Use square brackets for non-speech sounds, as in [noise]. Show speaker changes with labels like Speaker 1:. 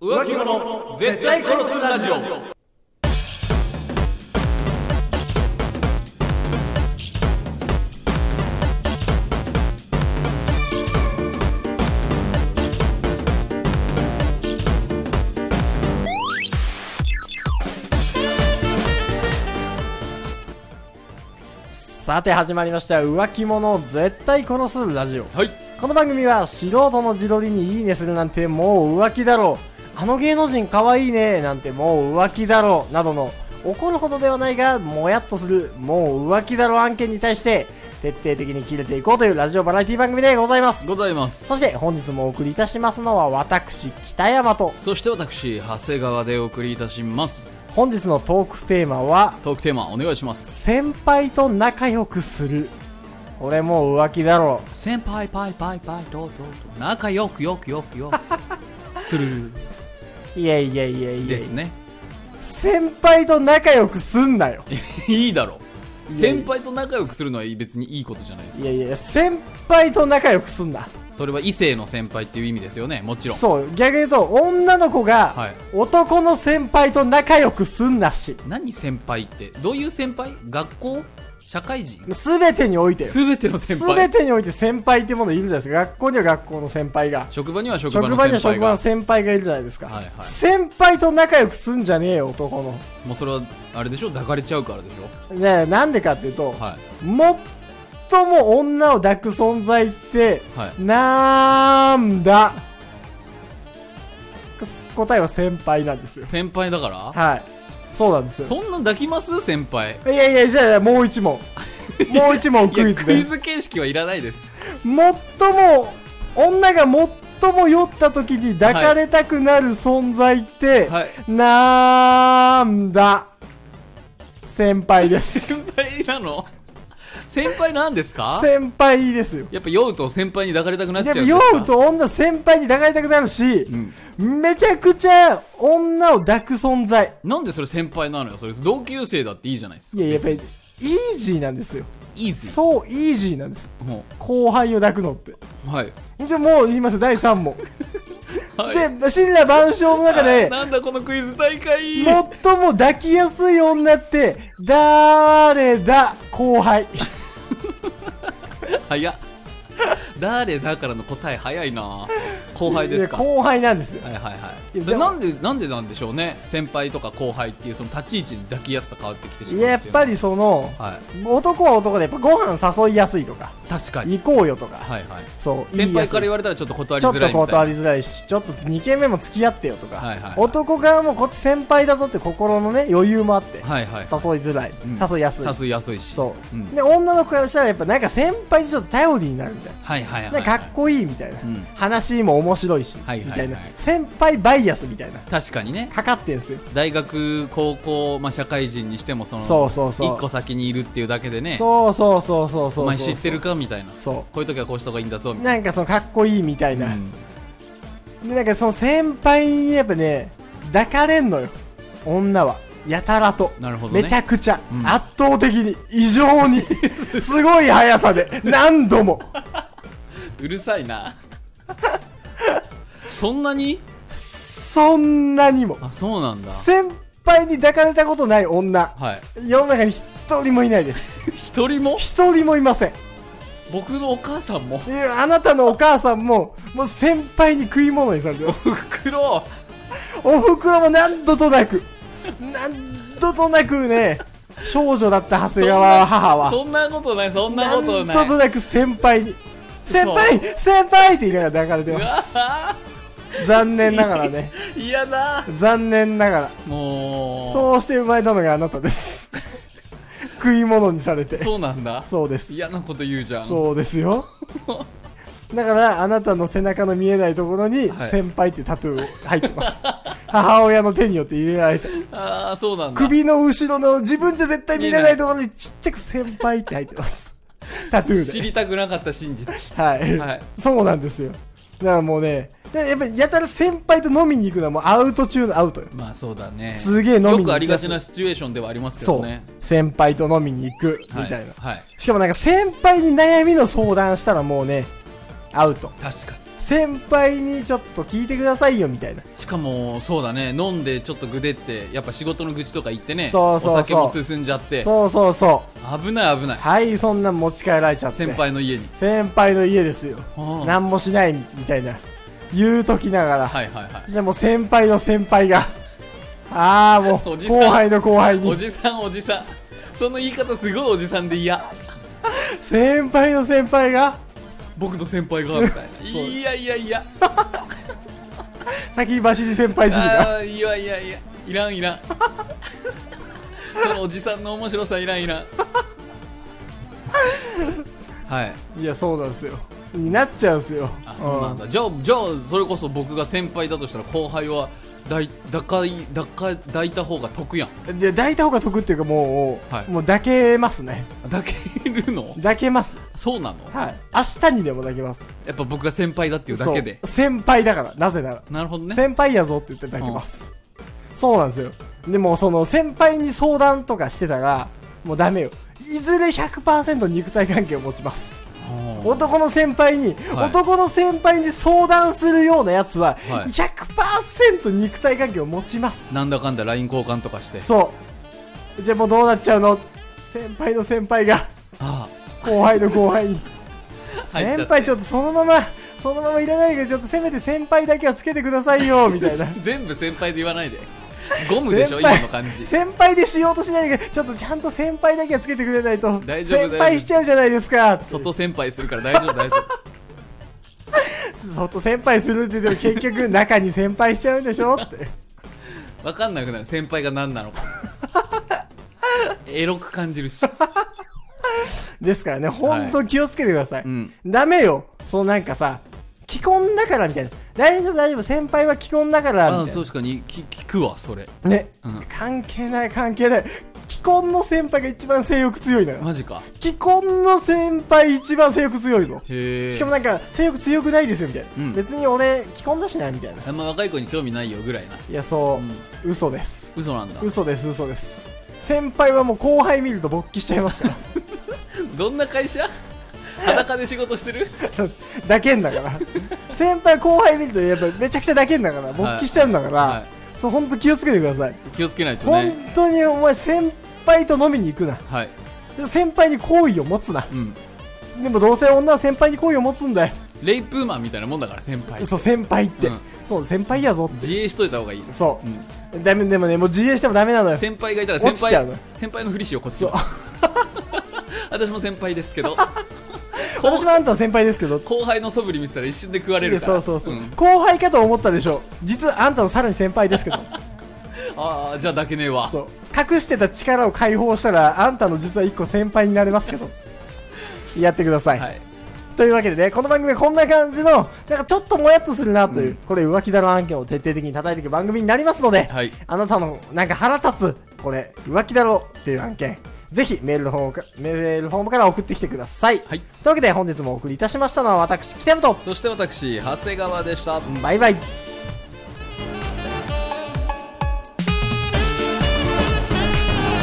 Speaker 1: 浮気者絶対殺すラジオ
Speaker 2: さて始まりました浮気者を絶対殺すラジオ
Speaker 1: はい
Speaker 2: この番組は素人の自撮りにいいねするなんてもう浮気だろうあの芸能人かわいいねなんてもう浮気だろうなどの怒るほどではないがもやっとするもう浮気だろう案件に対して徹底的に切れていこうというラジオバラエティ番組でございます
Speaker 1: ございます
Speaker 2: そして本日もお送りいたしますのは私北山と
Speaker 1: そして私長谷川でお送りいたします
Speaker 2: 本日のトークテーマは
Speaker 1: トークテーマお願いします
Speaker 2: 先輩と仲良くするこれもう浮気だろう
Speaker 1: 先輩パイパイパイととと仲良くよくよくよくする
Speaker 2: いやいやいやいや
Speaker 1: ですね
Speaker 2: 先輩と仲良くすんなよ
Speaker 1: いいだろ
Speaker 2: いやいや
Speaker 1: 先輩と仲良くするのは別にいいことじゃないです
Speaker 2: い
Speaker 1: か
Speaker 2: やいや先輩と仲良くすんな
Speaker 1: それは異性の先輩っていう意味ですよねもちろん
Speaker 2: そう逆に言うと女の子
Speaker 1: は
Speaker 2: が
Speaker 1: い
Speaker 2: 男の先輩と仲良くすんなし
Speaker 1: 何先輩ってどういう先輩学校社会人
Speaker 2: 全てにおいてよ
Speaker 1: 全ての先輩
Speaker 2: 全てにおいて先輩ってものいるじゃないですか学校には学校の先輩が
Speaker 1: 職場には職場
Speaker 2: 職
Speaker 1: の
Speaker 2: 場には
Speaker 1: 先
Speaker 2: 職
Speaker 1: 輩
Speaker 2: 場
Speaker 1: が
Speaker 2: の先輩がいるじゃないですか、
Speaker 1: はいはい
Speaker 2: 先輩と仲良くすんじゃねえよ男の
Speaker 1: もうそれはあれでしょ抱かれちゃうからでしょ
Speaker 2: ねえなんでかっていうと、
Speaker 1: はい
Speaker 2: 最も女を抱く存在って、
Speaker 1: はい
Speaker 2: なんだ答えは先輩なんですよ
Speaker 1: 先輩だから
Speaker 2: はいそうなんですよ
Speaker 1: そんな抱きます先輩
Speaker 2: いやいやじゃあもう
Speaker 1: [laughs]
Speaker 2: 一問もう一問
Speaker 1: いや
Speaker 2: クイズ
Speaker 1: クイ
Speaker 2: です
Speaker 1: ズ形式はいらないです
Speaker 2: 最も女が最も酔った時に抱かれたくなる存在って、
Speaker 1: はい
Speaker 2: なんだ先輩で
Speaker 1: [laughs]
Speaker 2: す
Speaker 1: 先輩なの先輩なんですか
Speaker 2: 先輩ですよ
Speaker 1: やっぱ酔うと先輩に抱かれたくなっちゃ
Speaker 2: で
Speaker 1: うん
Speaker 2: も
Speaker 1: です
Speaker 2: 酔
Speaker 1: か
Speaker 2: うと女先輩に抱かれたくなるし
Speaker 1: う、ん
Speaker 2: めちゃくちゃ女を抱く存在
Speaker 1: なんでそれ先輩なのよそれ同級生だっていいじゃないです
Speaker 2: い
Speaker 1: か
Speaker 2: ややっぱり
Speaker 1: 別
Speaker 2: イージーなんですよ
Speaker 1: にいいですよ
Speaker 2: そうイージーなんです
Speaker 1: も
Speaker 2: 後輩を抱くのって
Speaker 1: うはい
Speaker 2: じゃあもう言いますよ第3問
Speaker 1: はい
Speaker 2: で神羅万象の中
Speaker 1: あ
Speaker 2: で
Speaker 1: なんだこのクイズ大会
Speaker 2: 最も抱きやすい女って誰だ後輩
Speaker 1: 早っ誰だからの答え早いな後輩ですか
Speaker 2: いや後輩なんですよ
Speaker 1: はいはいはいい
Speaker 2: や
Speaker 1: それ
Speaker 2: でも
Speaker 1: なんでなんでなんでしょうね先輩とか後輩っていうその立ち位置に抱きやすさ変わってきてしまう
Speaker 2: やって
Speaker 1: いうの
Speaker 2: ぱりその
Speaker 1: は
Speaker 2: 男は男でやっぱご飯誘いやすいとか
Speaker 1: い確かに
Speaker 2: 行こうよとか
Speaker 1: はいはい
Speaker 2: そう
Speaker 1: 先輩から
Speaker 2: 言いやすい
Speaker 1: 言われたらちょっと断り
Speaker 2: ちょっ
Speaker 1: づら
Speaker 2: と
Speaker 1: いみ
Speaker 2: 断
Speaker 1: たい
Speaker 2: りづらいし、ちょっと2軒目も付き合ってよとか、
Speaker 1: はいはいはい
Speaker 2: 男側もこっち先輩だぞって心のね、余裕もあって、
Speaker 1: なはいはい
Speaker 2: 誘いづらい、
Speaker 1: うん
Speaker 2: 誘いやすい。
Speaker 1: 誘いやすいし
Speaker 2: そう、
Speaker 1: ん
Speaker 2: で、女の子からしたらやっぱなんか先輩でちょっと頼りになるみたいな。
Speaker 1: はいはいはい
Speaker 2: な
Speaker 1: は
Speaker 2: ん
Speaker 1: い
Speaker 2: かかっこいいみたいな。
Speaker 1: うん
Speaker 2: 話も面白いし、
Speaker 1: はいはいはい
Speaker 2: みたいな。先輩バイアスみたいな。
Speaker 1: 確かにね
Speaker 2: かかってんすよ。
Speaker 1: 大学高校、まあ、社会人にしてもその
Speaker 2: そうそうそう
Speaker 1: 一個先にいるっていうだけでね
Speaker 2: そうそうそうそうそうそう。
Speaker 1: お前知ってるかみたいな
Speaker 2: そ
Speaker 1: こういう時はこうした方がいいんだぞみ
Speaker 2: う。
Speaker 1: たい
Speaker 2: なんかそのかっこいいみたいな。
Speaker 1: な、うん
Speaker 2: で、なんかその先輩にやっぱね、抱かれんのよ。女は。やたらと。
Speaker 1: なるほどね
Speaker 2: めちゃくちゃ、
Speaker 1: うん
Speaker 2: 圧倒的に、異常
Speaker 1: [laughs]
Speaker 2: に、すごい速さで、何度も。
Speaker 1: うるさいな [laughs] そんなに
Speaker 2: そんなにも。
Speaker 1: あそうなんだ
Speaker 2: 先輩に抱かれたことない女。
Speaker 1: はい
Speaker 2: 世の中に一人もいないです。
Speaker 1: 一人も
Speaker 2: 一人もいません。
Speaker 1: 僕のお母さんも
Speaker 2: いやあなたのお母さんも、もう先輩に食い物にされてます。
Speaker 1: おふくろ
Speaker 2: お袋も何度となく、何度となくね、少女だった長谷川母は。
Speaker 1: そんなことないそんな
Speaker 2: な
Speaker 1: こ
Speaker 2: ん
Speaker 1: とない
Speaker 2: となく先輩に先輩先輩って言いながら抱かれてます残念ながらね
Speaker 1: 嫌だ
Speaker 2: 残念ながら
Speaker 1: もう
Speaker 2: そうして生まれたのがあなたです
Speaker 1: [laughs]
Speaker 2: 食い物にされて
Speaker 1: そうなんだ
Speaker 2: そうです
Speaker 1: 嫌なこと言うじゃん
Speaker 2: そうで
Speaker 1: [laughs]
Speaker 2: すよだからあなたの背中の見えないところに
Speaker 1: はい
Speaker 2: 先輩ってタトゥー入って
Speaker 1: [laughs]
Speaker 2: ます、母親の手によって入れられた
Speaker 1: ああそうなんだ
Speaker 2: 首の後ろの自分じゃ絶対見れないところにちっちゃく先輩って入って
Speaker 1: [laughs]
Speaker 2: ますタトゥー
Speaker 1: 知
Speaker 2: で
Speaker 1: りたくなかった真実
Speaker 2: はい、
Speaker 1: はい
Speaker 2: そうなんですよ。だからもうね、でやっぱりやたら先輩と飲みに行くのはもうアウト中のアウトよ。
Speaker 1: まあそうだね
Speaker 2: すげえ飲みに行きやすい
Speaker 1: よくありがちなシチュエーションではありますけ
Speaker 2: そ
Speaker 1: ど
Speaker 2: う、
Speaker 1: ね
Speaker 2: 先輩と飲みに行く、み
Speaker 1: は
Speaker 2: たいな。
Speaker 1: はい
Speaker 2: しかもなんか先輩に悩みの相談したらもうね、アウト。
Speaker 1: 確かに
Speaker 2: 先輩にちょっと聞いてくださいよみたいな
Speaker 1: しかもそうだね飲んでちょっとぐでってやっぱ仕事の愚痴とか言ってね
Speaker 2: そうそうそう
Speaker 1: お酒も進んじゃって
Speaker 2: そうそうそう
Speaker 1: 危ない危ない
Speaker 2: はいそんなん持ち帰られちゃって
Speaker 1: 先輩の家に
Speaker 2: 先輩の家ですよ
Speaker 1: うん
Speaker 2: 何もしないみたいな言うときながら、
Speaker 1: はいはいはい
Speaker 2: じゃあもう先輩の先輩がああもう
Speaker 1: おじさん
Speaker 2: 後輩の後輩
Speaker 1: お
Speaker 2: に
Speaker 1: じさんおじさんその言い方すごいおじさんで嫌
Speaker 2: 先輩の先輩が
Speaker 1: 僕の先輩がみたいな
Speaker 2: そう
Speaker 1: いやいやいや
Speaker 2: 先走り先輩汁が
Speaker 1: あーいやいやいやいらんいらんそのおじさんの面白さいらんいらんはい
Speaker 2: いやそうなんですよになっちゃうんですよ
Speaker 1: あそうなんだ、じゃあじゃあそれこそ僕が先輩だとしたら後輩は抱い抱い抱い抱いた方が得やん
Speaker 2: うんで抱いた方が得っていうかもう、
Speaker 1: はい
Speaker 2: もう抱けますね
Speaker 1: 抱けるの
Speaker 2: 抱けます
Speaker 1: そうなの
Speaker 2: はい明日にでも抱けます
Speaker 1: やっぱ僕が先輩だっていうだけで
Speaker 2: そう先輩だからなぜなら
Speaker 1: なるほどね
Speaker 2: 先輩やぞって言って抱けます、そうなんですよでもその先輩に相談とかしてたらもうダメよいずれ100%肉体関係を持ちます
Speaker 1: お
Speaker 2: 男の先輩に、
Speaker 1: はい
Speaker 2: 男の先輩に相談するようなやつは、
Speaker 1: はい
Speaker 2: 100%肉体関係を持ちます
Speaker 1: なんだかんだ LINE 交換とかして
Speaker 2: そうじゃあもうどうなっちゃうの先輩の先輩が
Speaker 1: あ
Speaker 2: 後輩の後輩に
Speaker 1: あ入っちゃ
Speaker 2: 先
Speaker 1: っ
Speaker 2: 輩ちょっとそのままそのままいらないけどちょっとせめて先輩だけはつけてくださいよ
Speaker 1: [laughs]
Speaker 2: みたいな
Speaker 1: 全部先輩で言わないでゴムでしょ今の感じ
Speaker 2: 先輩でしようとしないでちょっとちゃんと先輩だけはつけてくれないと
Speaker 1: 大丈夫
Speaker 2: 先輩しちゃうじゃないですかって
Speaker 1: 外先輩するから大丈夫大丈夫
Speaker 2: 外先輩するって言っても結局中に先輩しちゃうんでしょって
Speaker 1: わかんなくなる先輩が何なのかエロく感じるし
Speaker 2: ですからねほんと気をつけてください、
Speaker 1: うん
Speaker 2: ダメよそのなんかさ既婚だからみたいな大丈夫大丈夫先輩は既婚だから
Speaker 1: あ
Speaker 2: みたい
Speaker 1: 確かにき聞くわそれ
Speaker 2: なね、
Speaker 1: うん
Speaker 2: 関係ない関係ない既婚の先輩が一番性欲強いのよ
Speaker 1: マジか
Speaker 2: 既婚の先輩一番性欲強いぞ
Speaker 1: へえ
Speaker 2: しかもなんか性欲強くないですよみたいな、
Speaker 1: うん
Speaker 2: 別に俺既婚だしなみたいな
Speaker 1: あんま若い子に興味ないよぐらいない
Speaker 2: やそう、
Speaker 1: う
Speaker 2: 嘘です
Speaker 1: 嘘なんだ
Speaker 2: 嘘です嘘です先輩はもう後輩見ると勃起しちゃいますから [laughs]
Speaker 1: どんな会社裸で仕事してる
Speaker 2: だけんだから先輩後輩見るとやっぱめちゃくちゃだけんだから勃起しちゃうんだから、
Speaker 1: は
Speaker 2: そう本当気をつけてください、
Speaker 1: い気をつけないと
Speaker 2: 本
Speaker 1: ね
Speaker 2: 当にお前先輩と飲みに行くな
Speaker 1: はい
Speaker 2: 先輩に好意を持つな
Speaker 1: うん
Speaker 2: でもどうせ女は先輩に好意を持つんだよ、
Speaker 1: レイプーマンみたいなもんだから先輩
Speaker 2: そう先輩って、
Speaker 1: うん
Speaker 2: そう先輩やぞって
Speaker 1: 自衛しといた方がいい
Speaker 2: そう
Speaker 1: う、ん
Speaker 2: ダメでもねもう自衛してもダメなのよ
Speaker 1: 先輩がいたら
Speaker 2: 落
Speaker 1: 先
Speaker 2: ちちゃう
Speaker 1: 輩
Speaker 2: の
Speaker 1: 先輩のふりしようこっち
Speaker 2: そう
Speaker 1: は [laughs] 私も先輩ですけど後
Speaker 2: 私もあんたは先輩ですけど
Speaker 1: 後輩の素振り見せたら一瞬で食われるから
Speaker 2: そうそうそう、
Speaker 1: ん
Speaker 2: 後輩かと思ったでしょ実はあんたのさらに先輩ですけど
Speaker 1: ああじゃあだけねえわ
Speaker 2: そう隠してた力を解放したらあんたの実は一個先輩になれますけどやってください、
Speaker 1: はい
Speaker 2: というわけでねこの番組はこんな感じのなんかちょっともやっとするなという、これ浮気だろ案件を徹底的に叩いていく番組になりますので、
Speaker 1: はい
Speaker 2: あなたのなんか腹立つこれ浮気だろっていう案件ぜひメールの方かメールフォームから送ってきてください、
Speaker 1: はい
Speaker 2: というわけで本日もお送りいたしましたのは私北野と
Speaker 1: そして私長谷川でした
Speaker 2: バイバイ